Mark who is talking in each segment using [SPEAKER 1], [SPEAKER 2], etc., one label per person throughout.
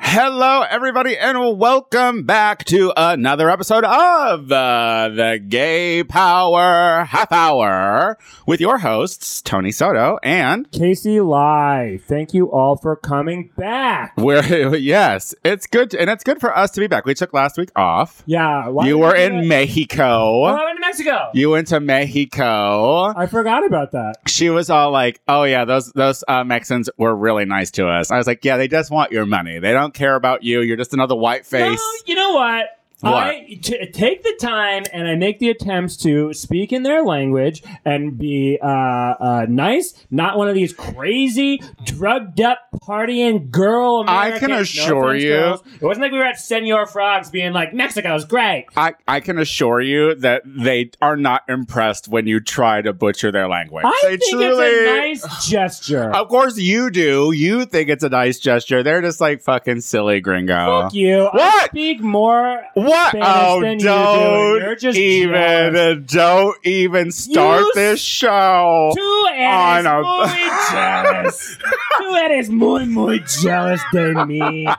[SPEAKER 1] Hello, everybody, and welcome back to another episode of uh, the Gay Power Half Hour with your hosts, Tony Soto and.
[SPEAKER 2] Casey Lie, thank you all for coming back.
[SPEAKER 1] We're, yes, it's good, to, and it's good for us to be back. We took last week off.
[SPEAKER 2] Yeah, why
[SPEAKER 1] You
[SPEAKER 2] did
[SPEAKER 1] were
[SPEAKER 2] do
[SPEAKER 1] in
[SPEAKER 2] that? Oh,
[SPEAKER 1] Mexico.
[SPEAKER 2] I went to Mexico.
[SPEAKER 1] You went to Mexico.
[SPEAKER 2] I forgot about that.
[SPEAKER 1] She was all like, "Oh yeah, those those uh, Mexicans were really nice to us." I was like, "Yeah, they just want your money. They don't care about you. You're just another white face."
[SPEAKER 2] No, you know what?
[SPEAKER 1] What?
[SPEAKER 2] I t- take the time and I make the attempts to speak in their language and be uh, uh, nice, not one of these crazy, drugged up, partying girl
[SPEAKER 1] I
[SPEAKER 2] Americans.
[SPEAKER 1] can
[SPEAKER 2] No
[SPEAKER 1] assure
[SPEAKER 2] offense,
[SPEAKER 1] you-
[SPEAKER 2] girls. It wasn't like we were at Senor Frogs being like, Mexico's great.
[SPEAKER 1] I, I can assure you that they are not impressed when you try to butcher their language.
[SPEAKER 2] I
[SPEAKER 1] they
[SPEAKER 2] think it's a nice gesture.
[SPEAKER 1] Of course you do. You think it's a nice gesture. They're just like fucking silly gringo.
[SPEAKER 2] Fuck you. I
[SPEAKER 1] What?
[SPEAKER 2] speak more
[SPEAKER 1] What?
[SPEAKER 2] Spanish
[SPEAKER 1] Oh,
[SPEAKER 2] than you do.
[SPEAKER 1] don't
[SPEAKER 2] You're just
[SPEAKER 1] even don't even start
[SPEAKER 2] You
[SPEAKER 1] this show.
[SPEAKER 2] Tú
[SPEAKER 1] I
[SPEAKER 2] eres
[SPEAKER 1] know.
[SPEAKER 2] muy jealous. Tú eres muy, muy jealous de mí.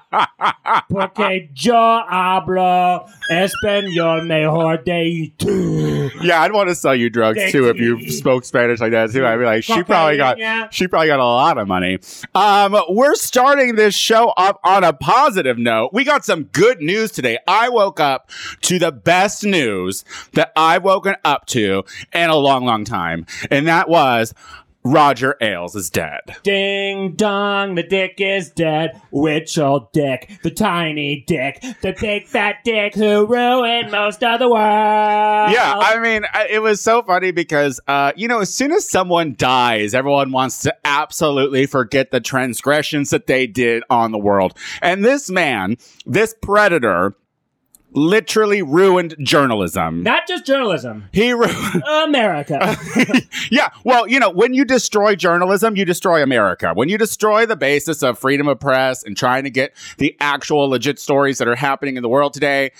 [SPEAKER 2] Porque yo hablo español mejor de tú.
[SPEAKER 1] yeah, I'd want to sell you drugs too if you spoke Spanish like that too. I'd be like, she probably got
[SPEAKER 2] Cocaína.
[SPEAKER 1] She probably got a lot of money. Um, we're starting this show up on a positive note. We got some good news today. I woke up to the best news that I've woken up to in a long, long time, and that was Roger Ailes is dead.
[SPEAKER 2] Ding dong, the dick is dead. Which old dick? The tiny dick. The big fat dick who ruined most of the world.
[SPEAKER 1] Yeah, I mean, I- it was so funny because, uh, you know, as soon as someone dies, everyone wants to absolutely forget the transgressions that they did on the world. And this man, this predator, literally ruined journalism.
[SPEAKER 2] Not just journalism.
[SPEAKER 1] he ruined.
[SPEAKER 2] America.
[SPEAKER 1] yeah, well, you know, when you destroy journalism, you destroy America. When you destroy the basis of freedom of press and trying to get the actual legit stories that are happening in the world today,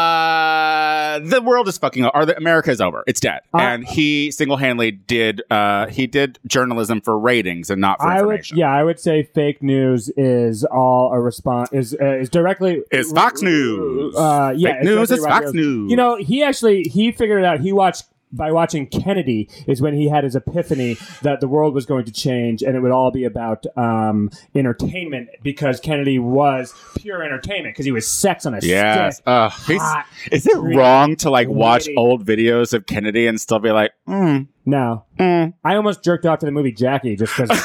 [SPEAKER 1] uh, the world is fucking. Or the, America is over. It's dead.
[SPEAKER 2] Uh,
[SPEAKER 1] and he single handedly did. Uh, he did journalism for ratings and not for
[SPEAKER 2] I would,
[SPEAKER 1] information.
[SPEAKER 2] yeah, I would say fake news is all a response is uh, is directly
[SPEAKER 1] It's Fox News.
[SPEAKER 2] Uh, yeah,
[SPEAKER 1] Fake news
[SPEAKER 2] directly
[SPEAKER 1] is
[SPEAKER 2] Roger
[SPEAKER 1] Fox
[SPEAKER 2] Ailes.
[SPEAKER 1] News.
[SPEAKER 2] You know, he actually he figured it out. He watched by watching Kennedy is when he had his epiphany that the world was going to change and it would all be about um, entertainment because Kennedy was pure entertainment because he was sex on a
[SPEAKER 1] Yes.
[SPEAKER 2] stick.
[SPEAKER 1] Uh,
[SPEAKER 2] Hot.
[SPEAKER 1] is it
[SPEAKER 2] Really
[SPEAKER 1] wrong to like watch
[SPEAKER 2] witty.
[SPEAKER 1] old videos of Kennedy and still be like, mm,
[SPEAKER 2] No,
[SPEAKER 1] mm,
[SPEAKER 2] I almost jerked off to the movie Jackie just because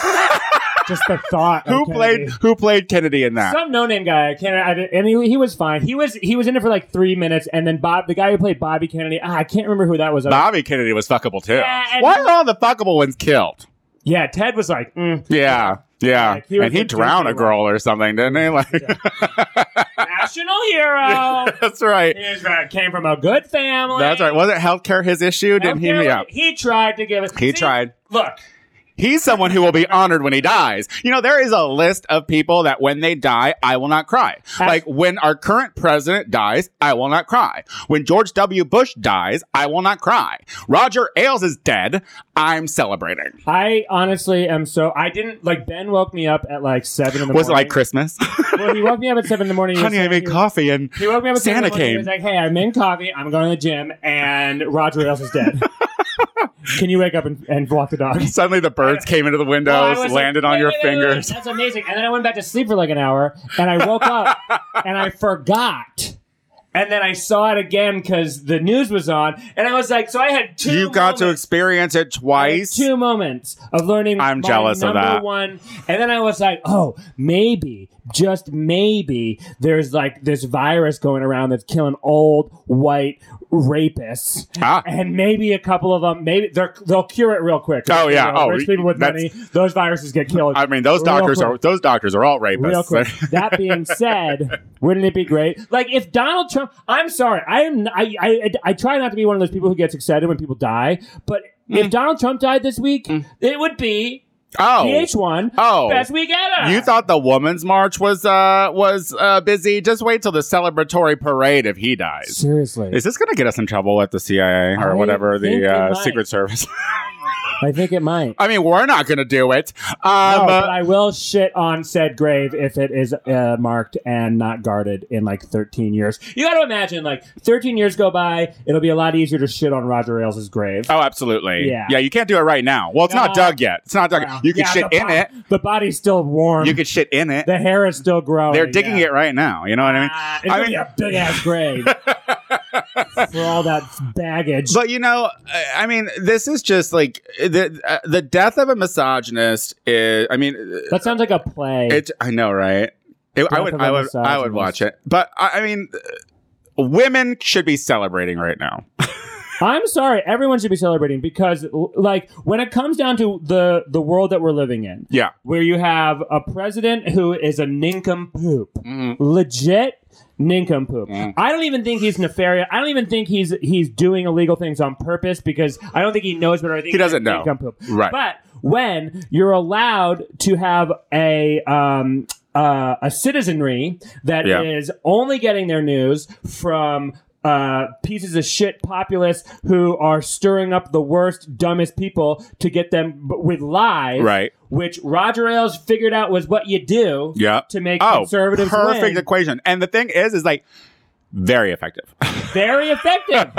[SPEAKER 2] just the thought. of
[SPEAKER 1] who
[SPEAKER 2] Kennedy.
[SPEAKER 1] played who played Kennedy in that?
[SPEAKER 2] Some no-name guy. I can't. I, didn't- and he, he was fine. He was he was in it for like three minutes, and then Bob, the guy who played Bobby Kennedy, ah, I can't remember who that was.
[SPEAKER 1] Bobby Kennedy was fuckable too.
[SPEAKER 2] Yeah, and-
[SPEAKER 1] Why are all the fuckable ones killed?
[SPEAKER 2] yeah, Ted was like, mm,
[SPEAKER 1] Yeah. Yeah.
[SPEAKER 2] Like, he was
[SPEAKER 1] and he
[SPEAKER 2] the
[SPEAKER 1] drowned a
[SPEAKER 2] dirty
[SPEAKER 1] girl or something, didn't he? Like
[SPEAKER 2] national hero.
[SPEAKER 1] That's right.
[SPEAKER 2] He's right. Came from a good family.
[SPEAKER 1] That's right. Wasn't healthcare his issue? Didn't he?
[SPEAKER 2] Healthcare-
[SPEAKER 1] Yeah.
[SPEAKER 2] He tried to give it.
[SPEAKER 1] He
[SPEAKER 2] See,
[SPEAKER 1] tried.
[SPEAKER 2] Look,
[SPEAKER 1] He's someone who will be honored when he dies. You know, there is a list of people that when they die, I will not cry. Like when our current president dies, I will not cry. When George W. Bush dies, I will not cry. Roger Ailes is dead. I'm celebrating.
[SPEAKER 2] I honestly am so. I didn't like. Ben woke me up at like seven in the
[SPEAKER 1] Was it
[SPEAKER 2] morning.
[SPEAKER 1] like Christmas?
[SPEAKER 2] well, he woke me up at seven in the morning. He was
[SPEAKER 1] Honey, I
[SPEAKER 2] saying-
[SPEAKER 1] made coffee and
[SPEAKER 2] He woke me up at
[SPEAKER 1] Santa
[SPEAKER 2] seven in the morning,
[SPEAKER 1] came.
[SPEAKER 2] He was like, "Hey, I'm in coffee. I'm going to the gym, and Roger Ailes is dead. Can you wake up and, and walk the dog?"
[SPEAKER 1] Suddenly the birds came into the
[SPEAKER 2] Well, I
[SPEAKER 1] windows,
[SPEAKER 2] was like,
[SPEAKER 1] landed on
[SPEAKER 2] wait,
[SPEAKER 1] your
[SPEAKER 2] wait, wait, wait, wait,
[SPEAKER 1] fingers.
[SPEAKER 2] That's amazing. And then I went back to sleep for like an hour, and I woke up, and I forgot. And then I saw it again because the news was on, and I was like, so I had two.
[SPEAKER 1] You got to
[SPEAKER 2] moments-
[SPEAKER 1] experience it
[SPEAKER 2] I had
[SPEAKER 1] twice.
[SPEAKER 2] Two moments of learning.
[SPEAKER 1] I'm
[SPEAKER 2] my
[SPEAKER 1] jealous of
[SPEAKER 2] number
[SPEAKER 1] that.
[SPEAKER 2] One, and then I was like, oh, maybe, just maybe, there's like this virus going around that's killing old white rapists,
[SPEAKER 1] Ah.
[SPEAKER 2] and maybe a couple of them, maybe they're, they'll cure it real quick.
[SPEAKER 1] Oh, yeah.
[SPEAKER 2] You know,
[SPEAKER 1] Oh,
[SPEAKER 2] rich people with
[SPEAKER 1] that's-
[SPEAKER 2] money, those viruses get killed.
[SPEAKER 1] I mean, those
[SPEAKER 2] Real
[SPEAKER 1] doctors
[SPEAKER 2] quick.
[SPEAKER 1] are those doctors are all
[SPEAKER 2] Real quick.
[SPEAKER 1] rapists.
[SPEAKER 2] that being said, wouldn't it be great? Like if Donald Trump, I'm sorry, I am, I, I, I try not to be one of those people who gets excited when people die, but
[SPEAKER 1] Mm.
[SPEAKER 2] if Donald Trump died this week, it would be
[SPEAKER 1] oh,
[SPEAKER 2] PH1
[SPEAKER 1] oh.
[SPEAKER 2] best week ever.
[SPEAKER 1] You thought the woman's march was uh was uh busy? Just wait till the celebratory parade if he dies.
[SPEAKER 2] seriously?
[SPEAKER 1] Is this gonna get us in trouble with the CIA or
[SPEAKER 2] I
[SPEAKER 1] whatever
[SPEAKER 2] think
[SPEAKER 1] the
[SPEAKER 2] it
[SPEAKER 1] uh,
[SPEAKER 2] might.
[SPEAKER 1] Secret Service?
[SPEAKER 2] I think it might.
[SPEAKER 1] I mean, we're not going to do it. Um,
[SPEAKER 2] no,
[SPEAKER 1] uh,
[SPEAKER 2] but I will shit on said grave if it is uh, marked and not guarded in like 13 years. You got to imagine, like 13 years go by, it'll be a lot easier to shit on Roger Ailes' grave.
[SPEAKER 1] Oh, absolutely.
[SPEAKER 2] Yeah.
[SPEAKER 1] you can't do it right now. Well, it's not
[SPEAKER 2] No.
[SPEAKER 1] dug yet. It's not dug.
[SPEAKER 2] Wow.
[SPEAKER 1] You can
[SPEAKER 2] Yeah,
[SPEAKER 1] shit
[SPEAKER 2] the
[SPEAKER 1] in
[SPEAKER 2] bo-
[SPEAKER 1] it.
[SPEAKER 2] The body's still warm.
[SPEAKER 1] You can shit in it.
[SPEAKER 2] the hair is still growing. Ah,
[SPEAKER 1] They're digging it right now. You know what I mean?
[SPEAKER 2] it's
[SPEAKER 1] I
[SPEAKER 2] gonna
[SPEAKER 1] mean-
[SPEAKER 2] be a big ass grave for all that baggage.
[SPEAKER 1] But you know, I- I mean, this is just like the uh, the death of a misogynist is. I mean,
[SPEAKER 2] that sounds like a play.
[SPEAKER 1] It, I know, right? It, I
[SPEAKER 2] Death
[SPEAKER 1] would,
[SPEAKER 2] of a
[SPEAKER 1] I would, I would
[SPEAKER 2] misogynist.
[SPEAKER 1] watch it. But I, I mean, uh, women should be celebrating right now.
[SPEAKER 2] I'm sorry, everyone should be celebrating because, l- like, when it comes down to the the world that we're living in,
[SPEAKER 1] Yeah.
[SPEAKER 2] where you have a president who is a nincompoop, legit nincompoop.
[SPEAKER 1] Mm.
[SPEAKER 2] I don't even think he's nefarious. I don't even think he's he's doing illegal things on purpose because I don't think he knows better. I think
[SPEAKER 1] He doesn't
[SPEAKER 2] he's a
[SPEAKER 1] know.
[SPEAKER 2] nincompoop.
[SPEAKER 1] Right.
[SPEAKER 2] But when you're allowed to have a um, uh, a citizenry that is
[SPEAKER 1] Yeah.
[SPEAKER 2] only getting their news from uh, pieces of shit populace who are stirring up the worst, dumbest people to get them b- with lies,
[SPEAKER 1] Right.
[SPEAKER 2] Which Roger Ailes figured out was what you do
[SPEAKER 1] Yeah.
[SPEAKER 2] to make
[SPEAKER 1] Oh,
[SPEAKER 2] conservatives
[SPEAKER 1] perfect
[SPEAKER 2] win.
[SPEAKER 1] equation. And the thing is, is like very effective.
[SPEAKER 2] Very effective.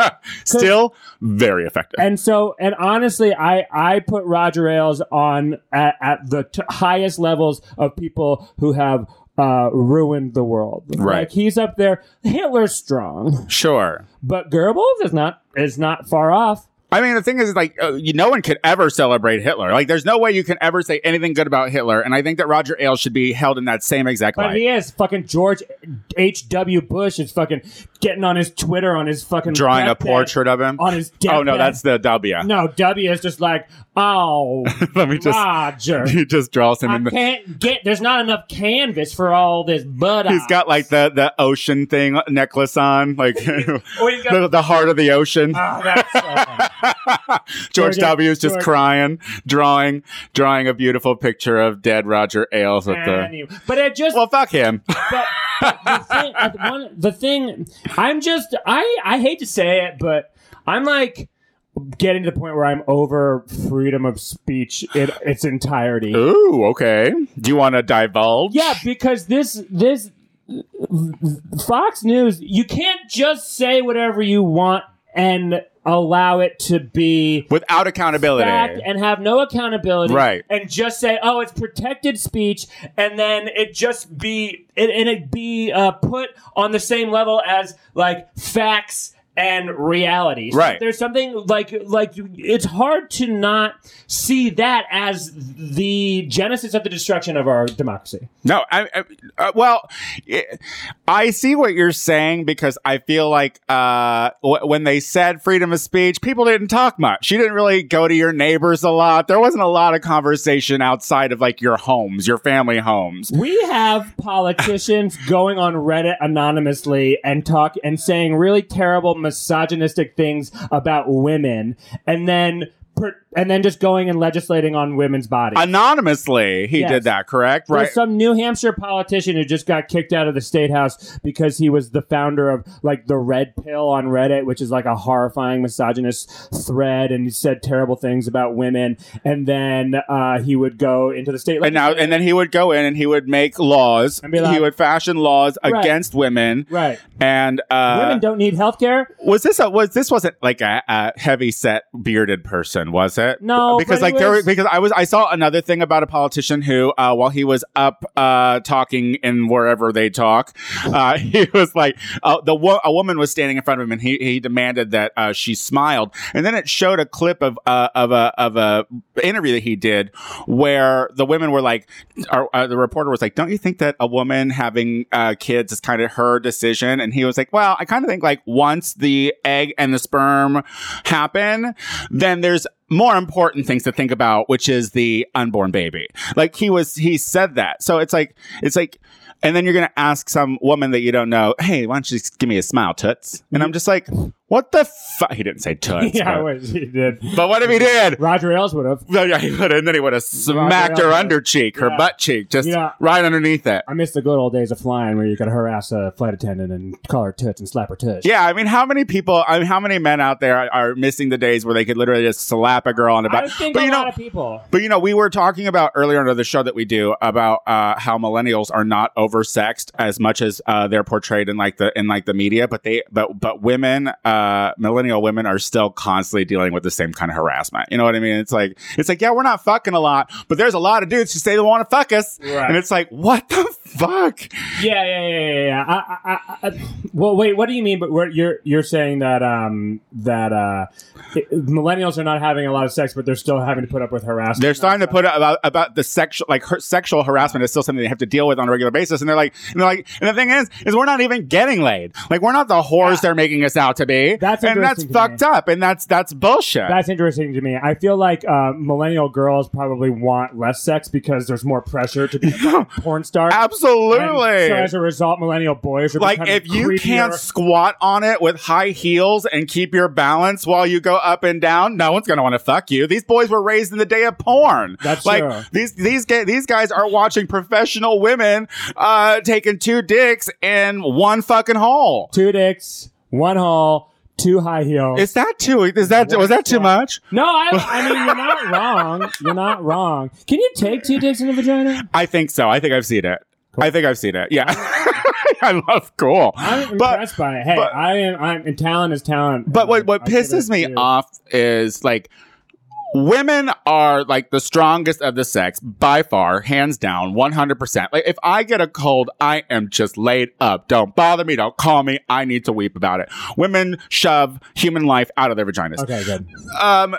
[SPEAKER 1] Still very effective.
[SPEAKER 2] and so and honestly i i put roger ailes on at, at the t- highest levels of people who have uh, ruined the world.
[SPEAKER 1] Right.
[SPEAKER 2] like he's up there. Hitler's strong,
[SPEAKER 1] sure.
[SPEAKER 2] but Goebbels is not is not far off.
[SPEAKER 1] I mean, the thing is, like, uh, you, no one could ever celebrate Hitler. Like, there's no way you can ever say anything good about Hitler. And I think that Roger Ailes should be held in that same exact
[SPEAKER 2] But
[SPEAKER 1] light.
[SPEAKER 2] he is fucking George H. W. Bush is fucking getting on his Twitter on his fucking
[SPEAKER 1] Drawing a
[SPEAKER 2] deathbed-
[SPEAKER 1] portrait of him.
[SPEAKER 2] on his deathbed.
[SPEAKER 1] Oh, no, that's the W.
[SPEAKER 2] no W is just like oh
[SPEAKER 1] Let me just,
[SPEAKER 2] Roger.
[SPEAKER 1] he just draws him in the.
[SPEAKER 2] I can't get. There's not enough canvas for all this butt.
[SPEAKER 1] He's got like the the ocean thing necklace on, like the,
[SPEAKER 2] Oh, he's got
[SPEAKER 1] the heart of the ocean.
[SPEAKER 2] Oh, that's so funny.
[SPEAKER 1] George
[SPEAKER 2] George-
[SPEAKER 1] W is just
[SPEAKER 2] George-
[SPEAKER 1] crying, drawing, drawing a beautiful picture of dead Roger Ailes with the.
[SPEAKER 2] Anyway, but it just
[SPEAKER 1] Well, fuck him.
[SPEAKER 2] but, but the, thing, uh, one, the thing I'm just I I hate to say it, but I'm like getting to the point where I'm over freedom of speech in its entirety.
[SPEAKER 1] Ooh, okay. Do you want to divulge?
[SPEAKER 2] Yeah, because this this Fox News, you can't just say whatever you want and allow it to be
[SPEAKER 1] Without accountability.
[SPEAKER 2] fact and have no accountability
[SPEAKER 1] Right.
[SPEAKER 2] and just say oh it's protected speech and then it just be it, and it be uh, put on the same level as like facts and reality So
[SPEAKER 1] Right.
[SPEAKER 2] there's something like like it's hard to not see that as the genesis of the destruction of our democracy
[SPEAKER 1] No, I, I uh, well, it- I see what you're saying because I feel like uh, w- when they said freedom of speech, people didn't talk much. You didn't really go to your neighbors a lot. There wasn't a lot of conversation outside of like your homes, your family homes.
[SPEAKER 2] we have politicians going on reddit anonymously and talk and saying really terrible misogynistic things about women and then per, and then just going and legislating on women's bodies
[SPEAKER 1] Anonymously, he
[SPEAKER 2] Yes.
[SPEAKER 1] did that, correct? Right.
[SPEAKER 2] There's some New Hampshire politician who just got kicked out of the state house because he was the founder of like the Red Pill on Reddit, which is like a horrifying misogynist thread, and he said terrible things about women. And then uh, he would go into the state
[SPEAKER 1] and now, and then he would go in and he would make laws.
[SPEAKER 2] And be like-
[SPEAKER 1] he would fashion laws
[SPEAKER 2] Right.
[SPEAKER 1] against women.
[SPEAKER 2] right.
[SPEAKER 1] And uh,
[SPEAKER 2] women don't need health care.
[SPEAKER 1] was this a was this wasn't like a, a heavy set bearded person was it
[SPEAKER 2] No,
[SPEAKER 1] because
[SPEAKER 2] but
[SPEAKER 1] like
[SPEAKER 2] he
[SPEAKER 1] there
[SPEAKER 2] was-
[SPEAKER 1] because i was i saw another thing about a politician who uh while he was up uh talking in wherever they talk uh he was like uh, the wo- a woman was standing in front of him and he he demanded that uh she smiled and then it showed a clip of uh of a of a interview that he did where the women were like our, uh, the reporter was like, "Don't you think that a woman having uh, kids is kind of her decision?" And he was like, "Well, I kind of think like once the egg and the sperm happen, then there's more important things to think about, which is the unborn baby." Like he was, he said that. So it's like, it's like, and then you're gonna ask some woman that you don't know, "Hey, why don't you just give me a smile, toots?" And I'm just like, What the fuck? He didn't say toots.
[SPEAKER 2] yeah,
[SPEAKER 1] but,
[SPEAKER 2] wait, she did.
[SPEAKER 1] but what if he did?
[SPEAKER 2] Roger Ailes would have.
[SPEAKER 1] Well, yeah, he would, and then he would have smacked her
[SPEAKER 2] Ellis.
[SPEAKER 1] under cheek, her
[SPEAKER 2] Yeah.
[SPEAKER 1] butt cheek, just
[SPEAKER 2] Yeah.
[SPEAKER 1] right underneath it.
[SPEAKER 2] I miss the good old days of flying where you could harass a flight attendant and call her toots and slap her toots.
[SPEAKER 1] Yeah, I mean, how many people? I mean, how many men out there are, are missing the days where they could literally just slap a girl on the
[SPEAKER 2] I
[SPEAKER 1] butt?
[SPEAKER 2] think
[SPEAKER 1] But
[SPEAKER 2] a
[SPEAKER 1] you
[SPEAKER 2] lot
[SPEAKER 1] know,
[SPEAKER 2] of people.
[SPEAKER 1] but you know, we were talking about earlier under the show that we do about uh, how millennials are not oversexed as much as uh, they're portrayed in like the in like the media, but they but but women, uh, millennial women are still constantly dealing with the same kind of harassment. You know what I mean? It's like it's like yeah, we're not fucking a lot, but there's a lot of dudes who say they want to fuck us,
[SPEAKER 2] Right.
[SPEAKER 1] and it's like what the fuck?
[SPEAKER 2] Yeah, yeah, yeah, yeah. yeah. I, I, I, I, well, wait. What do you mean? But we're, you're you're saying that um that uh it- millennials are not having a lot of sex, but they're still having to put up with harassment.
[SPEAKER 1] They're starting to put out about about the sexual like her, sexual harassment is still something they have to deal with on a regular basis, and they're like, and they're like, and the thing is, is we're not even getting laid. Like we're not the whores they're making us out to be.
[SPEAKER 2] That's
[SPEAKER 1] and that's
[SPEAKER 2] interesting to me.
[SPEAKER 1] fucked up, and that's that's bullshit.
[SPEAKER 2] That's interesting to me. I feel like uh, millennial girls probably want less sex because there's more pressure to be a porn star. And
[SPEAKER 1] Absolutely.
[SPEAKER 2] So as a result, millennial boys are
[SPEAKER 1] like
[SPEAKER 2] becoming
[SPEAKER 1] if you
[SPEAKER 2] creepier.
[SPEAKER 1] can't squat on it with high heels and keep your balance while you go up and down, no one's gonna want to fuck you. These boys were raised in the day of porn.
[SPEAKER 2] That's
[SPEAKER 1] like
[SPEAKER 2] true.
[SPEAKER 1] these these ga- these guys are watching professional women uh taking two dicks in one fucking hole.
[SPEAKER 2] two dicks, one hole, two high heels.
[SPEAKER 1] Is that too? Is that was that too much?
[SPEAKER 2] no, I, I mean you're not wrong. You're not wrong. Can you take two dicks in a vagina?
[SPEAKER 1] I think so. I think I've seen it. I think I've seen it. Yeah, I love cool.
[SPEAKER 2] I'm
[SPEAKER 1] But
[SPEAKER 2] impressed by it. Hey,
[SPEAKER 1] but-
[SPEAKER 2] I am. I'm and talent is talent.
[SPEAKER 1] but
[SPEAKER 2] And
[SPEAKER 1] what what
[SPEAKER 2] I'll give it
[SPEAKER 1] pisses me
[SPEAKER 2] to-
[SPEAKER 1] off is like women are like the strongest of the sex by far, hands down, one hundred percent. Like if I get a cold, I am just laid up. Don't bother me. Don't call me. I need to weep about it. Women shove human life out of their vaginas.
[SPEAKER 2] Okay, good.
[SPEAKER 1] um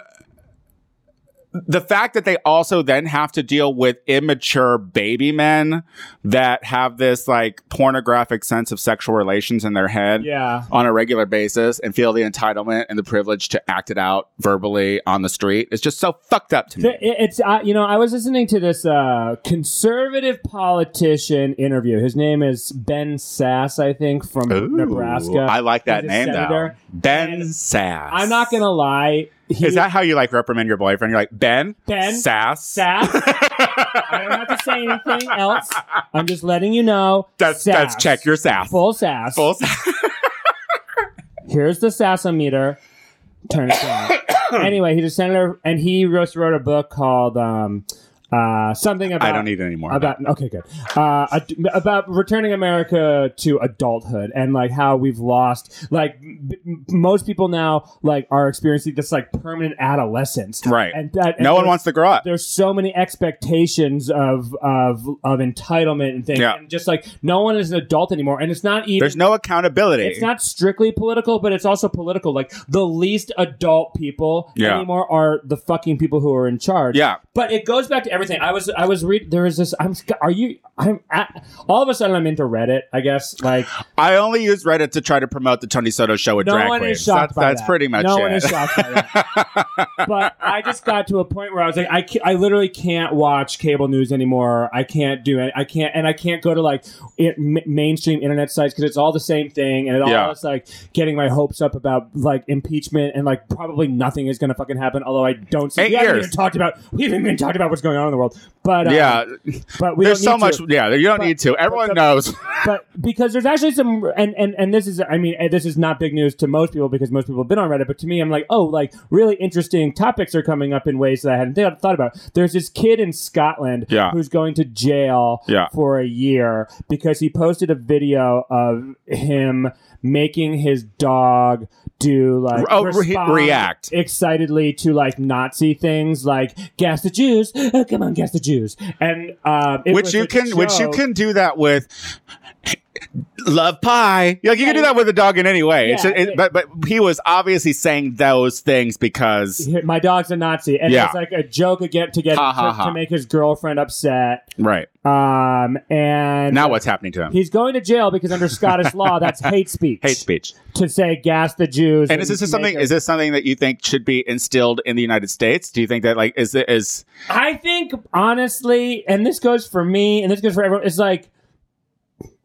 [SPEAKER 1] the fact that they also then have to deal with immature baby men that have this like pornographic sense of sexual relations in their head
[SPEAKER 2] Yeah.
[SPEAKER 1] on a regular basis and feel the entitlement and the privilege to act it out verbally on the street is just so fucked up to me.
[SPEAKER 2] Th- it- It's uh, you know I was listening to this uh, conservative politician interview. His name is Ben Sass, I think, from
[SPEAKER 1] Ooh,
[SPEAKER 2] Nebraska.
[SPEAKER 1] I like that
[SPEAKER 2] He's a
[SPEAKER 1] name though.
[SPEAKER 2] senator.
[SPEAKER 1] Ben
[SPEAKER 2] And
[SPEAKER 1] Sass.
[SPEAKER 2] I'm not gonna lie. He,
[SPEAKER 1] Is that how you like reprimand your boyfriend? You're like Ben.
[SPEAKER 2] Ben
[SPEAKER 1] Sass.
[SPEAKER 2] Sass? I don't have to say anything else. I'm just letting you know.
[SPEAKER 1] That's that's
[SPEAKER 2] Sass.
[SPEAKER 1] check your sass.
[SPEAKER 2] full sass.
[SPEAKER 1] Full sass.
[SPEAKER 2] Here's the sassometer. Turn it down. anyway, he's a senator, and he wrote, wrote a book called um, uh, something about
[SPEAKER 1] I don't need any more. of that.
[SPEAKER 2] about okay good uh, ad- about returning america to adulthood and like how we've lost like m- m- most people now like are experiencing this like permanent adolescence
[SPEAKER 1] Right.
[SPEAKER 2] and that and
[SPEAKER 1] no one
[SPEAKER 2] there's-
[SPEAKER 1] wants to grow up.
[SPEAKER 2] there's so many expectations of of of entitlement and things
[SPEAKER 1] Yeah.
[SPEAKER 2] and just like no one is an adult anymore and it's not even
[SPEAKER 1] There's no accountability.
[SPEAKER 2] it's not strictly political, but it's also political. Like the least adult people
[SPEAKER 1] Yeah.
[SPEAKER 2] anymore are the fucking people who are in charge.
[SPEAKER 1] yeah.
[SPEAKER 2] But it goes back to everything. I was I was read there was this I'm sc- are you I'm at, all of a sudden I'm into Reddit, I guess. Like
[SPEAKER 1] I only use Reddit to try to promote the Tony Soto show with
[SPEAKER 2] no
[SPEAKER 1] drag
[SPEAKER 2] one
[SPEAKER 1] queens.
[SPEAKER 2] is
[SPEAKER 1] that's,
[SPEAKER 2] shocked by
[SPEAKER 1] that's
[SPEAKER 2] that.
[SPEAKER 1] pretty much
[SPEAKER 2] no
[SPEAKER 1] it.
[SPEAKER 2] one is shocked by that. but I just got to a point where I was like, I, ca- I literally can't watch cable news anymore. I can't do it. I can't, and I can't go to like it, m- mainstream internet sites because it's all the same thing, and it all
[SPEAKER 1] Yeah.
[SPEAKER 2] is like getting my hopes up about like impeachment and like probably nothing is going to fucking happen. Although I don't see
[SPEAKER 1] Eight
[SPEAKER 2] we haven't
[SPEAKER 1] years.
[SPEAKER 2] even talked about we haven't even talked about what's going on in the world. But uh,
[SPEAKER 1] yeah,
[SPEAKER 2] but we
[SPEAKER 1] there's
[SPEAKER 2] don't
[SPEAKER 1] so
[SPEAKER 2] need to
[SPEAKER 1] much. Yeah, you don't
[SPEAKER 2] But-
[SPEAKER 1] need to. Everyone
[SPEAKER 2] the-
[SPEAKER 1] knows.
[SPEAKER 2] but because there's actually some and and and this is i mean and this is not big news to most people because most people have been on reddit but to me i'm like oh like really interesting topics are coming up in ways that i hadn't th- thought about there's this kid in scotland
[SPEAKER 1] Yeah.
[SPEAKER 2] who's going to jail
[SPEAKER 1] Yeah.
[SPEAKER 2] for a year because he posted a video of him making his dog do like
[SPEAKER 1] Oh, re-
[SPEAKER 2] respond
[SPEAKER 1] react.
[SPEAKER 2] excitedly to like nazi things like gas the jews Oh, come on gas the jews and uh, it
[SPEAKER 1] Which
[SPEAKER 2] was
[SPEAKER 1] you
[SPEAKER 2] a
[SPEAKER 1] can, which you
[SPEAKER 2] joke.
[SPEAKER 1] can do that with. Love pie. Like you
[SPEAKER 2] Yeah,
[SPEAKER 1] can do that with a dog in any way. It's
[SPEAKER 2] Yeah,
[SPEAKER 1] just- it-
[SPEAKER 2] it-
[SPEAKER 1] but but he was obviously saying those things because
[SPEAKER 2] Hit- my dog's a Nazi, and
[SPEAKER 1] Yeah.
[SPEAKER 2] it's like a joke again to get
[SPEAKER 1] Ha, ha,
[SPEAKER 2] to,
[SPEAKER 1] ha.
[SPEAKER 2] to make his girlfriend upset.
[SPEAKER 1] right
[SPEAKER 2] Um, and
[SPEAKER 1] now what's happening to him?
[SPEAKER 2] He's going to jail because under Scottish law, that's hate speech.
[SPEAKER 1] Hate speech.
[SPEAKER 2] to say gas the Jews.
[SPEAKER 1] And is this
[SPEAKER 2] make
[SPEAKER 1] something?
[SPEAKER 2] a-
[SPEAKER 1] Is this something that you think should be instilled in the United States? Do you think that like is it is
[SPEAKER 2] I think honestly, and this goes for me, and this goes for everyone. It's like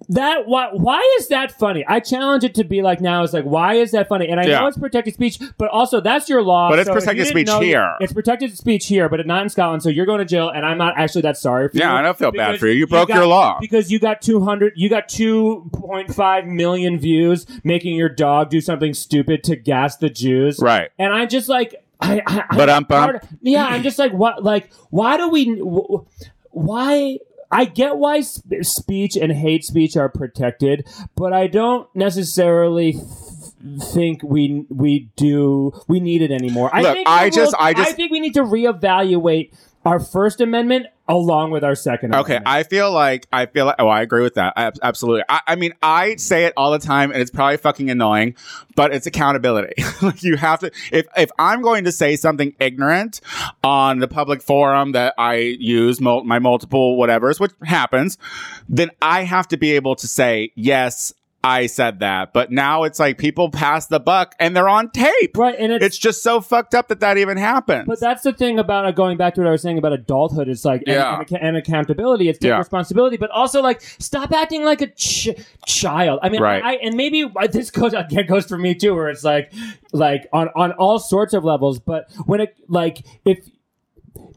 [SPEAKER 2] That why why is that funny? I challenge it to be like now. It's like why is that funny? And I
[SPEAKER 1] Yeah.
[SPEAKER 2] know it's protected speech, but also that's your law.
[SPEAKER 1] But it's
[SPEAKER 2] so if you
[SPEAKER 1] protected
[SPEAKER 2] didn't
[SPEAKER 1] speech
[SPEAKER 2] know-
[SPEAKER 1] here.
[SPEAKER 2] It's protected speech here, but not in Scotland. So you're going to jail, and I'm not actually that sorry for you.
[SPEAKER 1] Yeah, I don't feel bad
[SPEAKER 2] because
[SPEAKER 1] for you. You broke
[SPEAKER 2] got-
[SPEAKER 1] your law.
[SPEAKER 2] because you got 200 you got 2.5 million views making your dog do something stupid to gas the jews
[SPEAKER 1] Right.
[SPEAKER 2] and i just like i, I I-
[SPEAKER 1] But um, I'm bummed.
[SPEAKER 2] part- yeah i'm just like what like why do we wh- why I get why sp- speech and hate speech are protected, but I don't necessarily f- think we we do we need it anymore. I
[SPEAKER 1] Look,
[SPEAKER 2] think
[SPEAKER 1] I
[SPEAKER 2] the
[SPEAKER 1] just-
[SPEAKER 2] rules-
[SPEAKER 1] I just-
[SPEAKER 2] I think we need to reevaluate our First Amendment along with our Second.
[SPEAKER 1] Okay,
[SPEAKER 2] Amendment.
[SPEAKER 1] I feel like I feel like oh, I agree with that. Ab- absolutely. I, I mean, I say it all the time, and it's probably fucking annoying, but it's accountability. like you have to. If if I'm going to say something ignorant on the public forum that I use mul- my multiple whatevers, which happens, then I have to be able to say yes. I said that, but now it's like people pass the buck and they're on tape.
[SPEAKER 2] right, and it's
[SPEAKER 1] It's just so fucked up that that even happened.
[SPEAKER 2] But that's the thing about uh, going back to what I was saying about adulthood. It's like and-
[SPEAKER 1] Yeah.
[SPEAKER 2] and, acca- and accountability. It's take
[SPEAKER 1] Yeah.
[SPEAKER 2] responsibility, but also like stop acting like a ch- child. I mean,
[SPEAKER 1] Right.
[SPEAKER 2] I, and maybe uh, this goes again goes for me too, where it's like like on on all sorts of levels. But when it like if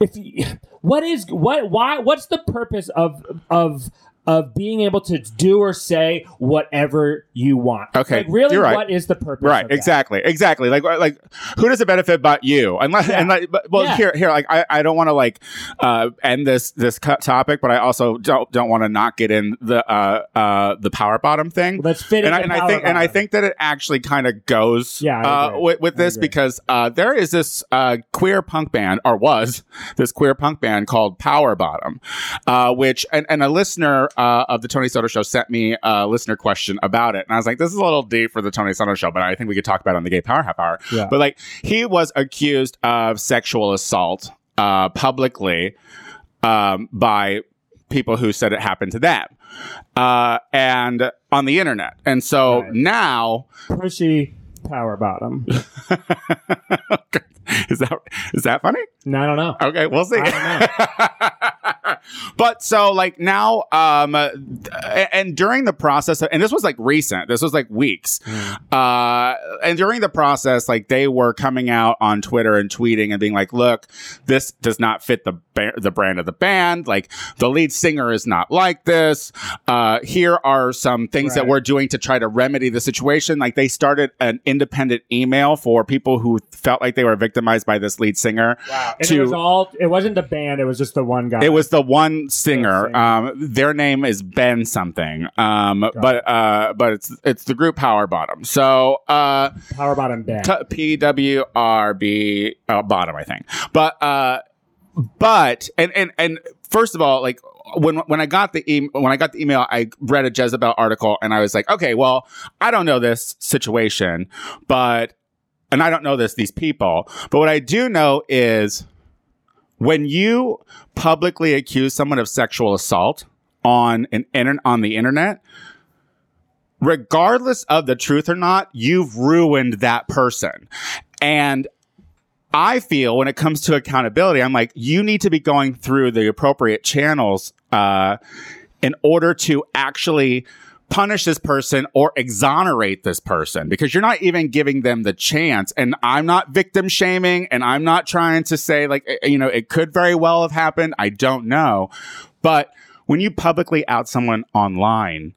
[SPEAKER 2] if y- what is what why what's the purpose of of of being able to do or say whatever you want.
[SPEAKER 1] Okay,
[SPEAKER 2] Like, really,
[SPEAKER 1] you're right.
[SPEAKER 2] what is the purpose?
[SPEAKER 1] Right,
[SPEAKER 2] of that?
[SPEAKER 1] exactly, exactly. Like, uh, like, who does it benefit but you? Unless,
[SPEAKER 2] Yeah.
[SPEAKER 1] and like, but, well,
[SPEAKER 2] Yeah.
[SPEAKER 1] here, here, like, I, I don't want to like uh, end this this cut topic, but I also don't don't want to not get in the uh uh the power bottom thing.
[SPEAKER 2] Let's fit it.
[SPEAKER 1] And I, and I think and I think that it actually kind of goes
[SPEAKER 2] Yeah, I
[SPEAKER 1] uh,
[SPEAKER 2] agree.
[SPEAKER 1] with, with
[SPEAKER 2] I
[SPEAKER 1] this
[SPEAKER 2] agree.
[SPEAKER 1] because uh, there is this uh, queer punk band or was this queer punk band called Power Bottom, uh, which and, and a listener uh, of the Tony Soto Show sent me a listener question about it, and I was like, this is a little deep for the Tony Soto Show, but I think we could talk about it on the Gay Power Half Hour.
[SPEAKER 2] Yeah.
[SPEAKER 1] But like he was accused of sexual assault uh, publicly um, by people who said it happened to them uh, and on the internet. And so
[SPEAKER 2] Right.
[SPEAKER 1] now,
[SPEAKER 2] pushy power bottom.
[SPEAKER 1] is that is that funny?
[SPEAKER 2] No, I don't know.
[SPEAKER 1] Okay, we'll see. but so like now, um, uh, th- and during the process, and this was like recent. This was like weeks.
[SPEAKER 2] Mm.
[SPEAKER 1] Uh, and during the process, like they were coming out on Twitter and tweeting and being like, "Look, this does not fit the ba- the brand of the band. Like the lead singer is not like this. Uh, here are some things that
[SPEAKER 2] Right.
[SPEAKER 1] we're doing to try to remedy the situation." Like they started an independent email for people who felt like they were victimized by this lead singer.
[SPEAKER 2] Wow. And
[SPEAKER 1] Uh, To-
[SPEAKER 2] it was all. It wasn't the band. It was just the one guy.
[SPEAKER 1] It was the one singer.
[SPEAKER 2] singer.
[SPEAKER 1] Um, their name is Ben something. Um, but uh, but it's it's the group Power Bottom. So uh,
[SPEAKER 2] power bottom band.
[SPEAKER 1] P W R B uh, Bottom, I think. But uh, but and and and first of all, like when when I got the e- when I got the email, I read a Jezebel article and I was like, okay, well, I don't know this situation, but and I don't know this these people, but what I do know is when you publicly accuse someone of sexual assault on an inter- on the internet, regardless of the truth or not, you've ruined that person. And I feel when it comes to accountability, I'm like, you need to be going through the appropriate channels uh, in order to actually punish this person or exonerate this person because you're not even giving them the chance. And I'm not victim shaming and I'm not trying to say, like, eh, you know, it could very well have happened. I don't know. But when you publicly out someone online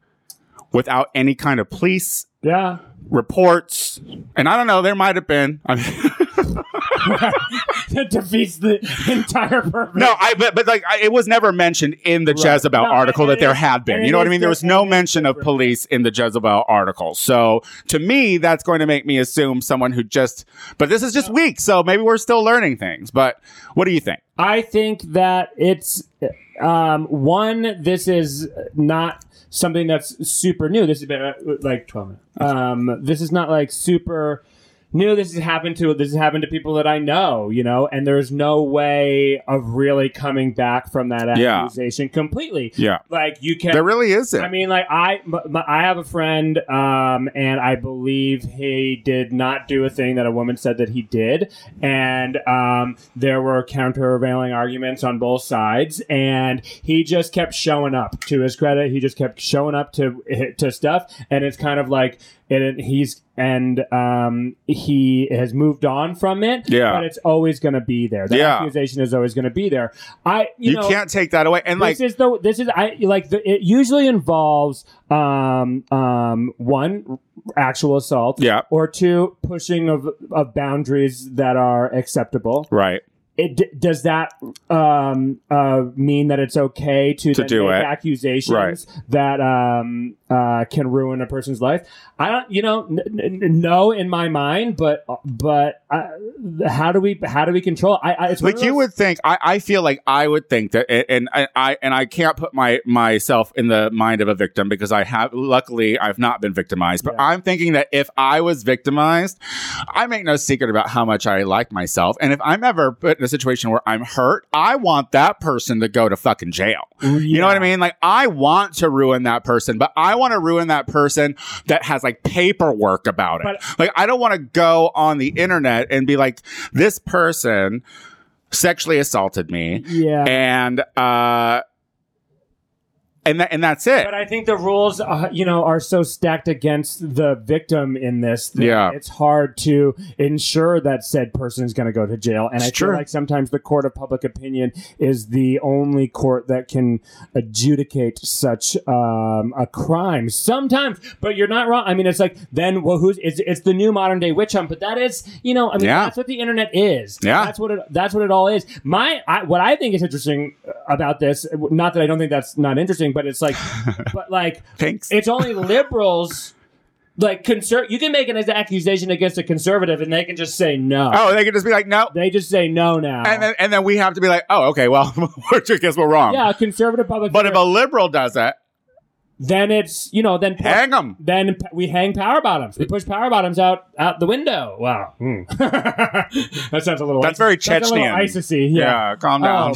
[SPEAKER 1] without any kind of police
[SPEAKER 2] yeah.
[SPEAKER 1] reports, and I don't know, there might have been. I mean,
[SPEAKER 2] that defeats the entire purpose.
[SPEAKER 1] No, I but, but like I, it was never mentioned in the Jezebel
[SPEAKER 2] No, and-
[SPEAKER 1] article
[SPEAKER 2] and
[SPEAKER 1] that there
[SPEAKER 2] it's-
[SPEAKER 1] had been.
[SPEAKER 2] and
[SPEAKER 1] You
[SPEAKER 2] it
[SPEAKER 1] know what I
[SPEAKER 2] is
[SPEAKER 1] mean? There was
[SPEAKER 2] different,
[SPEAKER 1] no
[SPEAKER 2] it is
[SPEAKER 1] mention of
[SPEAKER 2] different.
[SPEAKER 1] police in the Jezebel article. So to me, that's going to make me assume someone who just. But this is just weak, so maybe we're still learning things. But what do you think?
[SPEAKER 2] I think that it's um, one. This is not something that's super new. This has been uh, like twelve minutes. Um, this is not like super knew this has happened to this has happened to people that I know, you know, and there's no way of really coming back from that
[SPEAKER 1] Yeah.
[SPEAKER 2] accusation completely.
[SPEAKER 1] Yeah.
[SPEAKER 2] Like you can
[SPEAKER 1] There really isn't.
[SPEAKER 2] I mean, like I, my, my- I have a friend, um, and I believe he did not do a thing that a woman said that he did, and um, there were countervailing arguments on both sides, and he just kept showing up. To his credit, he just kept showing up to to stuff, and it's kind of like it, he's and um, he has moved on from it.
[SPEAKER 1] Yeah.
[SPEAKER 2] but it's always going to be there. The
[SPEAKER 1] Yeah.
[SPEAKER 2] accusation is always going to be there. I, you,
[SPEAKER 1] you
[SPEAKER 2] know,
[SPEAKER 1] can't take that away. And like,
[SPEAKER 2] this is the this is I like the, it usually involves um um one actual assault
[SPEAKER 1] yeah,
[SPEAKER 2] or two pushing of of boundaries that are acceptable.
[SPEAKER 1] right.
[SPEAKER 2] It d- does that um uh mean that it's okay to, then
[SPEAKER 1] do
[SPEAKER 2] make
[SPEAKER 1] it.
[SPEAKER 2] accusations
[SPEAKER 1] Right.
[SPEAKER 2] that um uh can ruin a person's life? I don't you know n- n- n- no in my mind, but but uh, how do we how do we control? I, I it's one
[SPEAKER 1] Like
[SPEAKER 2] of
[SPEAKER 1] you
[SPEAKER 2] those-
[SPEAKER 1] would think, I, I feel like I would think that, and, and I- I and I can't put my myself in the mind of a victim because I have, luckily, I've not been victimized. But
[SPEAKER 2] Yeah.
[SPEAKER 1] I'm thinking that if I was victimized, I make no secret about how much I like myself, and if I'm ever put in a situation where I'm hurt, I want that person to go to fucking jail. You know what I
[SPEAKER 2] Yeah.
[SPEAKER 1] mean? Like, I want to ruin that person, but I want to ruin that person that has like paperwork about it.
[SPEAKER 2] But-
[SPEAKER 1] like, I don't want to go on the internet and be like, this person sexually assaulted me,
[SPEAKER 2] Yeah.
[SPEAKER 1] and uh, and that and that's it.
[SPEAKER 2] But I think the rules, uh, you know, are so stacked against the victim in this. That
[SPEAKER 1] Yeah.
[SPEAKER 2] it's hard to ensure that said person is going to go to jail. And I
[SPEAKER 1] true.
[SPEAKER 2] feel like sometimes the court of public opinion is the only court that can adjudicate such um, a crime. Sometimes, but you're not wrong. I mean, it's like then, well, who's? It's, it's the new modern day witch hunt. But that is, you know, I mean,
[SPEAKER 1] Yeah.
[SPEAKER 2] that's what the internet is.
[SPEAKER 1] Yeah.
[SPEAKER 2] That's what it, that's what it all is. My I, what I think is interesting about this, not that I don't think that's not interesting, but it's like, but like
[SPEAKER 1] Thanks.
[SPEAKER 2] it's only liberals. Like conser- you can make an accusation against a conservative, and they can just say no.
[SPEAKER 1] oh, they could just be like, no,
[SPEAKER 2] They just say no now.
[SPEAKER 1] and then and then we have to be like, oh, okay, well, I guess we're wrong.
[SPEAKER 2] yeah, a conservative public.
[SPEAKER 1] But if
[SPEAKER 2] figure,
[SPEAKER 1] a liberal does it,
[SPEAKER 2] then it's you know then
[SPEAKER 1] hang them.
[SPEAKER 2] then p- we hang power bottoms. We push power bottoms out out the window. Wow, Hmm. that sounds a little.
[SPEAKER 1] That's very
[SPEAKER 2] sounds a little
[SPEAKER 1] Chechen.
[SPEAKER 2] ISIS-y, Yeah.
[SPEAKER 1] Yeah. calm down.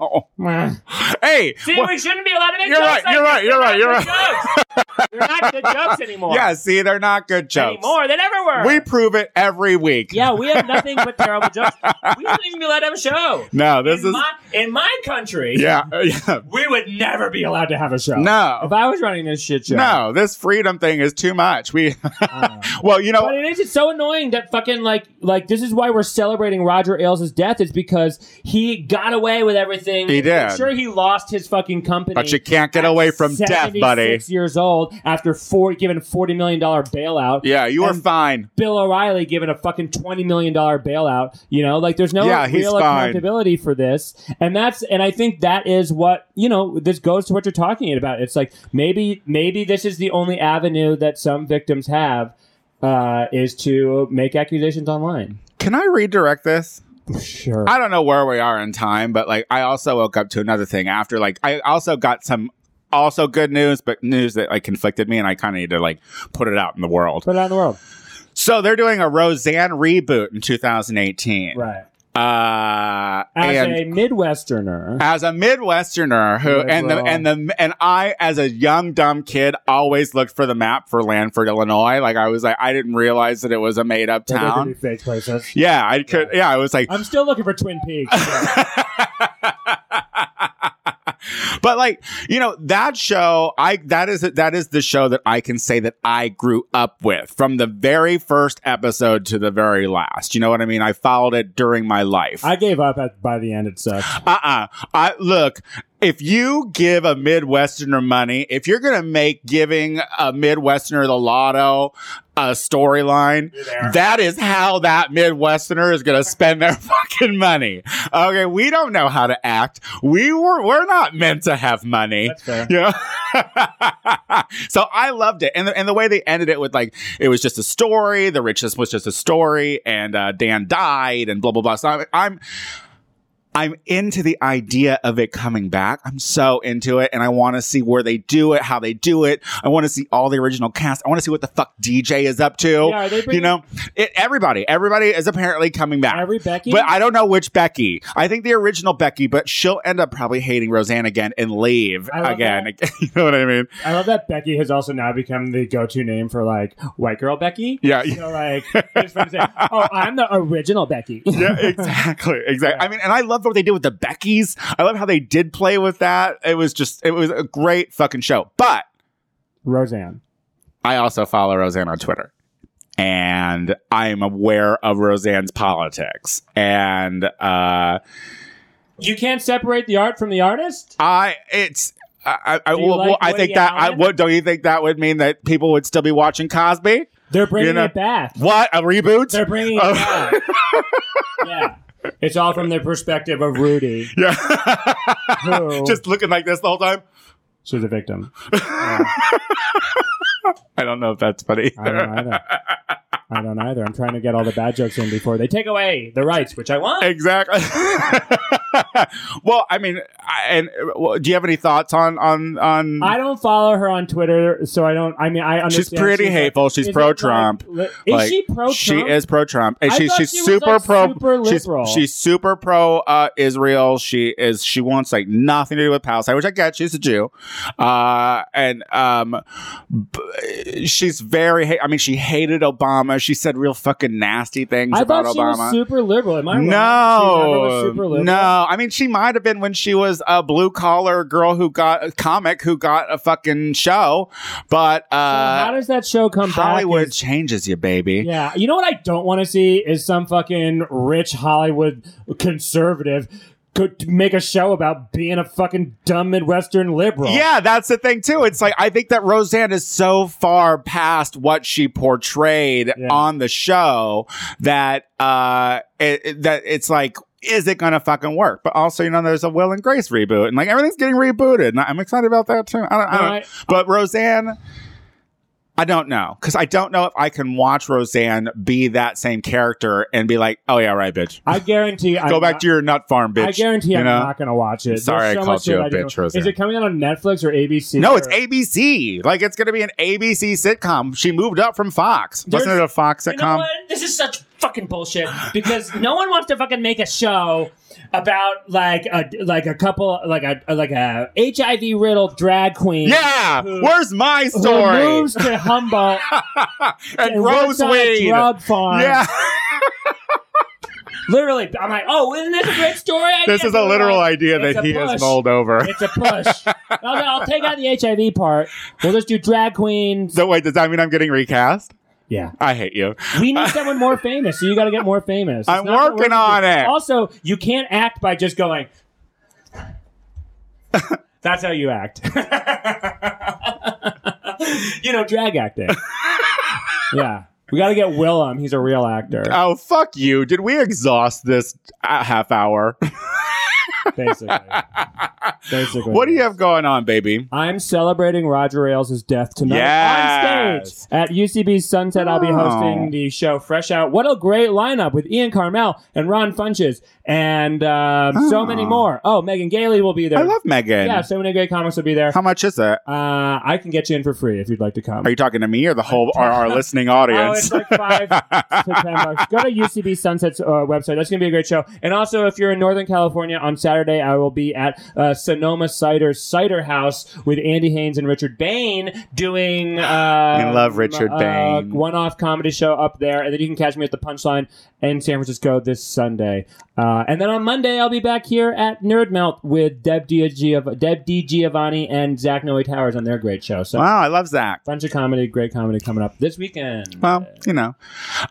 [SPEAKER 1] Oh hey,
[SPEAKER 2] See,
[SPEAKER 1] what-
[SPEAKER 2] we shouldn't be allowed to make
[SPEAKER 1] You're
[SPEAKER 2] jokes.
[SPEAKER 1] right, you're
[SPEAKER 2] like
[SPEAKER 1] right,
[SPEAKER 2] this.
[SPEAKER 1] you're
[SPEAKER 2] They're
[SPEAKER 1] right,
[SPEAKER 2] not
[SPEAKER 1] you're
[SPEAKER 2] good jokes. They're not good jokes anymore.
[SPEAKER 1] yeah. See, they're not good jokes.
[SPEAKER 2] anymore. They never were.
[SPEAKER 1] We prove it every week.
[SPEAKER 2] yeah, we have nothing but terrible jokes. We shouldn't even be allowed to have a show.
[SPEAKER 1] No, this
[SPEAKER 2] in,
[SPEAKER 1] is.
[SPEAKER 2] my, in my country,
[SPEAKER 1] Yeah. yeah.
[SPEAKER 2] we would never be allowed to have a show.
[SPEAKER 1] No.
[SPEAKER 2] If I was running this shit show.
[SPEAKER 1] No, this freedom thing is too much. We,
[SPEAKER 2] Uh,
[SPEAKER 1] well, you
[SPEAKER 2] But
[SPEAKER 1] know,
[SPEAKER 2] it is it's so annoying that fucking like like this is why we're celebrating Roger Ailes' death is because he got away with everything.
[SPEAKER 1] He did.
[SPEAKER 2] Sure he lost his fucking company.
[SPEAKER 1] but you can't get
[SPEAKER 2] at
[SPEAKER 1] away from death, buddy.
[SPEAKER 2] 76 years old after four giving a forty million dollar bailout.
[SPEAKER 1] Yeah, you are
[SPEAKER 2] And-
[SPEAKER 1] fine.
[SPEAKER 2] Bill O'Reilly giving a fucking twenty million dollar bailout. You know, like there's no
[SPEAKER 1] Yeah, he's
[SPEAKER 2] real
[SPEAKER 1] fine.
[SPEAKER 2] accountability for this, and that's and I think that is what you know. This goes to what you're talking about. It's like maybe maybe this is the only avenue that some victims have uh, is to make accusations online.
[SPEAKER 1] Can I redirect this?
[SPEAKER 2] Sure.
[SPEAKER 1] I don't know where we are in time, but like I also woke up to another thing after like I also got some also good news, but news that like conflicted me and I kind of need to like put it out in the world.
[SPEAKER 2] Put it out in the world.
[SPEAKER 1] So they're doing a Roseanne reboot in 2018.
[SPEAKER 2] Right.
[SPEAKER 1] Uh
[SPEAKER 2] As
[SPEAKER 1] and
[SPEAKER 2] a Midwesterner.
[SPEAKER 1] as a Midwesterner who
[SPEAKER 2] Yeah,
[SPEAKER 1] and the
[SPEAKER 2] bro.
[SPEAKER 1] and the and I as a young dumb kid always looked for the map for Lanford, Illinois. Like I was like I didn't realize that it was a made up
[SPEAKER 2] They're gonna do
[SPEAKER 1] town.
[SPEAKER 2] fake places.
[SPEAKER 1] Yeah, I could yeah, I was like
[SPEAKER 2] I'm still looking for Twin Peaks. Ah.
[SPEAKER 1] but like you know that show i that is that is the show that i can say that i grew up with from the very first episode to the very last you know what i mean i followed it during my life
[SPEAKER 2] I gave up at, by the end. It sucked.
[SPEAKER 1] uh-uh i look if you give a midwesterner money if you're gonna make giving a midwesterner the lotto a storyline that is how that Midwesterner is going to spend their fucking money. Okay, we don't know how to act. We were we're not meant to have money.
[SPEAKER 2] That's fair.
[SPEAKER 1] Yeah. so I loved it, and the, and the way they ended it with like it was just a story. The richest was just a story, and uh, Dan died, and blah blah blah. So I'm. I'm I'm into the idea of it coming back. I'm so into it. And I want to see where they do it, how they do it. I want to see all the original cast. I want to see what the fuck DJ is up to.
[SPEAKER 2] are they
[SPEAKER 1] you
[SPEAKER 2] bringing-
[SPEAKER 1] know, it, everybody, everybody is apparently coming back.
[SPEAKER 2] Every Becky.
[SPEAKER 1] But I don't know which Becky. I think the original Becky, but she'll end up probably hating Roseanne again and leave
[SPEAKER 2] I love
[SPEAKER 1] again. you know what I mean?
[SPEAKER 2] I love that Becky has also now become the go-to name for like white girl Becky.
[SPEAKER 1] Yeah.
[SPEAKER 2] So like, it's fun to say, oh, I'm the original Becky.
[SPEAKER 1] yeah, exactly, exactly.
[SPEAKER 2] Yeah.
[SPEAKER 1] I mean, and I love what they did with the Beckys. I love how they did play with that. It was just, it was a great fucking show. But
[SPEAKER 2] Roseanne.
[SPEAKER 1] I also follow Roseanne on Twitter. And I'm aware of Roseanne's politics. And uh
[SPEAKER 2] You can't separate the art from the artist.
[SPEAKER 1] I it's I, I,
[SPEAKER 2] Do you
[SPEAKER 1] well,
[SPEAKER 2] like
[SPEAKER 1] well, I
[SPEAKER 2] Woody
[SPEAKER 1] think that I
[SPEAKER 2] Allen?
[SPEAKER 1] would don't you think that would mean that people would still be watching Cosby?
[SPEAKER 2] They're bringing
[SPEAKER 1] know-
[SPEAKER 2] it back.
[SPEAKER 1] What? A reboot?
[SPEAKER 2] They're bringing it
[SPEAKER 1] Oh.
[SPEAKER 2] back. yeah. It's all from the perspective of Rudy,
[SPEAKER 1] yeah.
[SPEAKER 2] who
[SPEAKER 1] Just looking like this the whole time.
[SPEAKER 2] she's a victim.
[SPEAKER 1] I don't know if that's funny.
[SPEAKER 2] I don't either. I don't either. I'm trying to get all the bad jokes in before they take away the rights, which I want.
[SPEAKER 1] Exactly. well, I mean, I, and uh, well, do you have any thoughts on on on?
[SPEAKER 2] I don't follow her on Twitter, so I don't. I mean, I understand.
[SPEAKER 1] she's pretty
[SPEAKER 2] like-
[SPEAKER 1] hateful. she's
[SPEAKER 2] is it
[SPEAKER 1] pro Trump.
[SPEAKER 2] Like, li- is
[SPEAKER 1] Like,
[SPEAKER 2] she pro Trump?
[SPEAKER 1] She is pro Trump, and
[SPEAKER 2] I
[SPEAKER 1] she's
[SPEAKER 2] thought
[SPEAKER 1] she's
[SPEAKER 2] she was,
[SPEAKER 1] super
[SPEAKER 2] like,
[SPEAKER 1] pro.
[SPEAKER 2] super
[SPEAKER 1] she's
[SPEAKER 2] liberal.
[SPEAKER 1] she's super pro uh, Israel. She is she wants like nothing to do with Palestine, which I get. She's a Jew, uh, and um, b- she's very. Ha- I mean, she hated Obama. She said real fucking nasty things
[SPEAKER 2] I
[SPEAKER 1] about
[SPEAKER 2] thought she
[SPEAKER 1] Obama.
[SPEAKER 2] was super liberal. Am I wrong? She never was super
[SPEAKER 1] No,
[SPEAKER 2] liberal.
[SPEAKER 1] no. I mean, she might have been when she was a blue collar girl who got a comic who got a fucking show, but
[SPEAKER 2] So how
[SPEAKER 1] uh,
[SPEAKER 2] does that show come
[SPEAKER 1] Hollywood
[SPEAKER 2] back? is-
[SPEAKER 1] changes you, baby.
[SPEAKER 2] yeah, you know what I don't want to see is some fucking rich Hollywood conservative could make a show about being a fucking dumb Midwestern liberal.
[SPEAKER 1] Yeah, that's the thing too. It's like I think that Roseanne is so far past what she portrayed
[SPEAKER 2] Yeah.
[SPEAKER 1] on the show that uh it, it- that it's like is it gonna fucking work? But also, you know, there's a Will and Grace reboot, and like everything's getting rebooted, and I'm excited about that too. I don't, I
[SPEAKER 2] No,
[SPEAKER 1] don't,
[SPEAKER 2] I-
[SPEAKER 1] but Roseanne, I don't know because I don't know if I can watch Roseanne be that same character and be like, oh yeah, right, bitch,
[SPEAKER 2] I guarantee.
[SPEAKER 1] go
[SPEAKER 2] I'm
[SPEAKER 1] back
[SPEAKER 2] not-
[SPEAKER 1] to your nut farm, bitch.
[SPEAKER 2] I guarantee
[SPEAKER 1] you
[SPEAKER 2] I'm
[SPEAKER 1] know?
[SPEAKER 2] not going to watch it.
[SPEAKER 1] Sorry
[SPEAKER 2] There's
[SPEAKER 1] I
[SPEAKER 2] so
[SPEAKER 1] called
[SPEAKER 2] much
[SPEAKER 1] you
[SPEAKER 2] that
[SPEAKER 1] a
[SPEAKER 2] I don't
[SPEAKER 1] bitch,
[SPEAKER 2] know.
[SPEAKER 1] Roseanne.
[SPEAKER 2] Is it coming out on Netflix or ABC?
[SPEAKER 1] No, it's
[SPEAKER 2] or-
[SPEAKER 1] ABC. Like it's gonna be an ABC sitcom. She moved up from Fox. Wasn't
[SPEAKER 2] There's-
[SPEAKER 1] it a Fox
[SPEAKER 2] You know
[SPEAKER 1] sitcom?
[SPEAKER 2] what? This is such fucking bullshit because no one wants to fucking make a show about like a like a couple like a like a HIV riddled drag queen.
[SPEAKER 1] Yeah.
[SPEAKER 2] Who-
[SPEAKER 1] Where's my
[SPEAKER 2] Who
[SPEAKER 1] story?
[SPEAKER 2] moves to Humboldt
[SPEAKER 1] and
[SPEAKER 2] and works
[SPEAKER 1] grows
[SPEAKER 2] on a
[SPEAKER 1] weed.
[SPEAKER 2] drug farm.
[SPEAKER 1] Yeah.
[SPEAKER 2] Literally, I'm like, oh, isn't this a great story? idea?
[SPEAKER 1] This is a
[SPEAKER 2] They're
[SPEAKER 1] literal
[SPEAKER 2] like,
[SPEAKER 1] idea
[SPEAKER 2] it's
[SPEAKER 1] that
[SPEAKER 2] a
[SPEAKER 1] he has
[SPEAKER 2] push.
[SPEAKER 1] mulled over.
[SPEAKER 2] It's a push. I'll, I'll take out the HIV part. We'll just do drag queens.
[SPEAKER 1] So wait, does that mean I'm getting recast?
[SPEAKER 2] Yeah.
[SPEAKER 1] I hate you.
[SPEAKER 2] We need someone more famous, so you got to get more famous. It's
[SPEAKER 1] I'm
[SPEAKER 2] not gonna
[SPEAKER 1] working
[SPEAKER 2] work
[SPEAKER 1] on
[SPEAKER 2] if you-
[SPEAKER 1] it.
[SPEAKER 2] Also, you can't act by just going. That's how you act. you know, drag acting. yeah, we got to get Willem. He's a real actor,
[SPEAKER 1] Oh fuck you! Did we exhaust this uh, half hour?
[SPEAKER 2] basically. basically,
[SPEAKER 1] what do you have going on, baby?
[SPEAKER 2] I'm celebrating Roger Ailes' death tonight on
[SPEAKER 1] Yes.
[SPEAKER 2] stage at UCB's Sunset. I'll be
[SPEAKER 1] Oh.
[SPEAKER 2] hosting the show Fresh Out. What a great lineup with Ian Carmel and Ron Funches and uh,
[SPEAKER 1] Oh.
[SPEAKER 2] so many more. Oh, Megan Gailey will be there.
[SPEAKER 1] I love Megan.
[SPEAKER 2] yeah, so many great comics will be there.
[SPEAKER 1] How much is it?
[SPEAKER 2] Uh, I can get you in for free if you'd like to come.
[SPEAKER 1] Are you talking to me or the whole or our listening
[SPEAKER 2] Oh,
[SPEAKER 1] audience?
[SPEAKER 2] it's like five to ten bucks. Go to UCB Sunset's uh, website. That's going to be a great show. And also, if you're in Northern California on Saturday, I will be at uh, Sonoma Cider Cider House with Andy Haynes and Richard Bain doing. Uh,
[SPEAKER 1] We love Richard Bain.
[SPEAKER 2] One-off comedy show up there, and then you can catch me at the Punchline in San Francisco this Sunday. Uh, and then on Monday, I'll be back here at Nerd Melt with Deb Di Giov- Deb Di Giovanni and Zach Noe Towers on their great show. So.
[SPEAKER 1] wow, I love Zach.
[SPEAKER 2] Bunch of comedy, great comedy coming up this weekend.
[SPEAKER 1] Well, you know.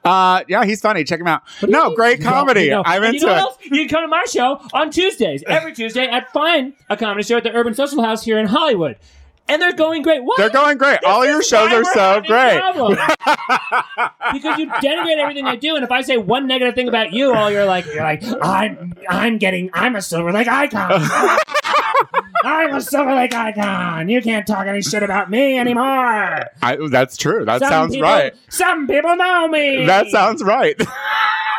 [SPEAKER 1] Uh yeah, he's funny. Check him out.
[SPEAKER 2] What do you
[SPEAKER 1] No,
[SPEAKER 2] mean?
[SPEAKER 1] great
[SPEAKER 2] No,
[SPEAKER 1] comedy.
[SPEAKER 2] no.
[SPEAKER 1] I'm
[SPEAKER 2] And
[SPEAKER 1] into
[SPEAKER 2] you know
[SPEAKER 1] it.
[SPEAKER 2] what else? You can come to my show on Tuesdays, every Tuesday at Fine, a comedy show at the Urban Social House here in Hollywood. And they're going great. What?
[SPEAKER 1] They're going great.
[SPEAKER 2] This
[SPEAKER 1] All
[SPEAKER 2] is
[SPEAKER 1] your shows
[SPEAKER 2] why
[SPEAKER 1] are
[SPEAKER 2] we're
[SPEAKER 1] so
[SPEAKER 2] having
[SPEAKER 1] great.
[SPEAKER 2] problems. because you denigrate everything I do, and if I say one negative thing about you, all you're like, you're like, I'm, I'm getting, I'm a Silver Lake icon. I'm a Silver Lake icon. You can't talk any shit about me anymore.
[SPEAKER 1] I, that's true. That
[SPEAKER 2] Some
[SPEAKER 1] sounds
[SPEAKER 2] people-
[SPEAKER 1] right.
[SPEAKER 2] Some people know me.
[SPEAKER 1] That sounds right.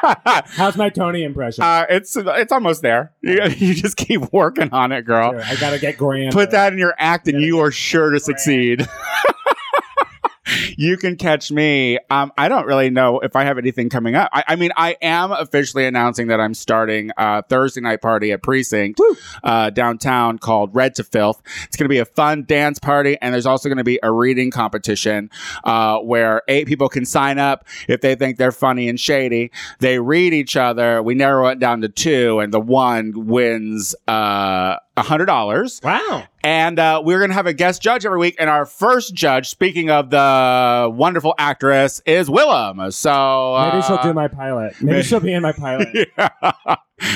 [SPEAKER 2] How's my Tony impression?
[SPEAKER 1] Uh, it's it's almost there. You, you just keep working on it, girl.
[SPEAKER 2] I gotta get Graham.
[SPEAKER 1] Put that in your act, and you are sure to succeed. you can catch me. Um, I don't really know if I have anything coming up. I, I mean, I am officially announcing that I'm starting a Thursday night party at Precinct uh, downtown called Red to Filth. It's going to be a fun dance party, and there's also going to be a reading competition uh, where eight people can sign up if they think they're funny and shady. They read each other. We narrow it down to two, and the one wins. Uh, $100.
[SPEAKER 2] Wow.
[SPEAKER 1] And uh, we're going to have a guest judge every week. And our first judge, speaking of the wonderful actress, is Willem. So uh,
[SPEAKER 2] Maybe she'll do my pilot. Maybe she'll be in my pilot.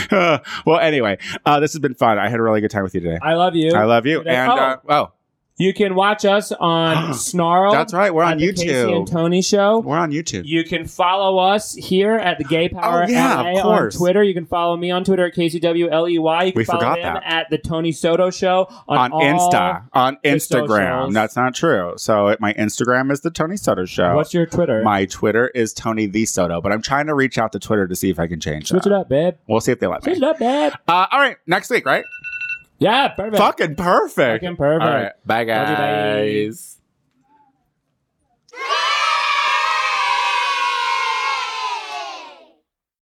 [SPEAKER 1] yeah. well, anyway, uh, this has been fun. I had a really good time with you today.
[SPEAKER 2] I love you.
[SPEAKER 1] I love you.
[SPEAKER 2] Today-
[SPEAKER 1] And
[SPEAKER 2] oh.
[SPEAKER 1] uh, oh,
[SPEAKER 2] you can watch us on Snarl.
[SPEAKER 1] that's right. We're on
[SPEAKER 2] at the Casey and
[SPEAKER 1] YouTube.
[SPEAKER 2] Tony Show.
[SPEAKER 1] We're on YouTube.
[SPEAKER 2] You can follow us here at the Gay Power
[SPEAKER 1] Oh, yeah,
[SPEAKER 2] LA
[SPEAKER 1] of course.
[SPEAKER 2] on Twitter. You can follow me on Twitter at KCWLEY. E You can
[SPEAKER 1] We
[SPEAKER 2] follow
[SPEAKER 1] forgot
[SPEAKER 2] him
[SPEAKER 1] that.
[SPEAKER 2] at the Tony Soto Show
[SPEAKER 1] On
[SPEAKER 2] on, all-
[SPEAKER 1] Insta, on
[SPEAKER 2] the
[SPEAKER 1] Instagram.
[SPEAKER 2] socials.
[SPEAKER 1] That's not true. So it, my Instagram is the Tony Soto Show.
[SPEAKER 2] What's your Twitter?
[SPEAKER 1] my Twitter is Tony the Soto, but I'm trying to reach out to Twitter to see if I can change
[SPEAKER 2] Switch
[SPEAKER 1] that.
[SPEAKER 2] it up, babe.
[SPEAKER 1] We'll see if they let
[SPEAKER 2] Switch
[SPEAKER 1] me.
[SPEAKER 2] it up, babe.
[SPEAKER 1] Uh, all right, next week, right?
[SPEAKER 2] Yeah, perfect.
[SPEAKER 1] Fucking perfect.
[SPEAKER 2] Fucking perfect.
[SPEAKER 1] All right, bye
[SPEAKER 2] Love you, bye.
[SPEAKER 1] guys.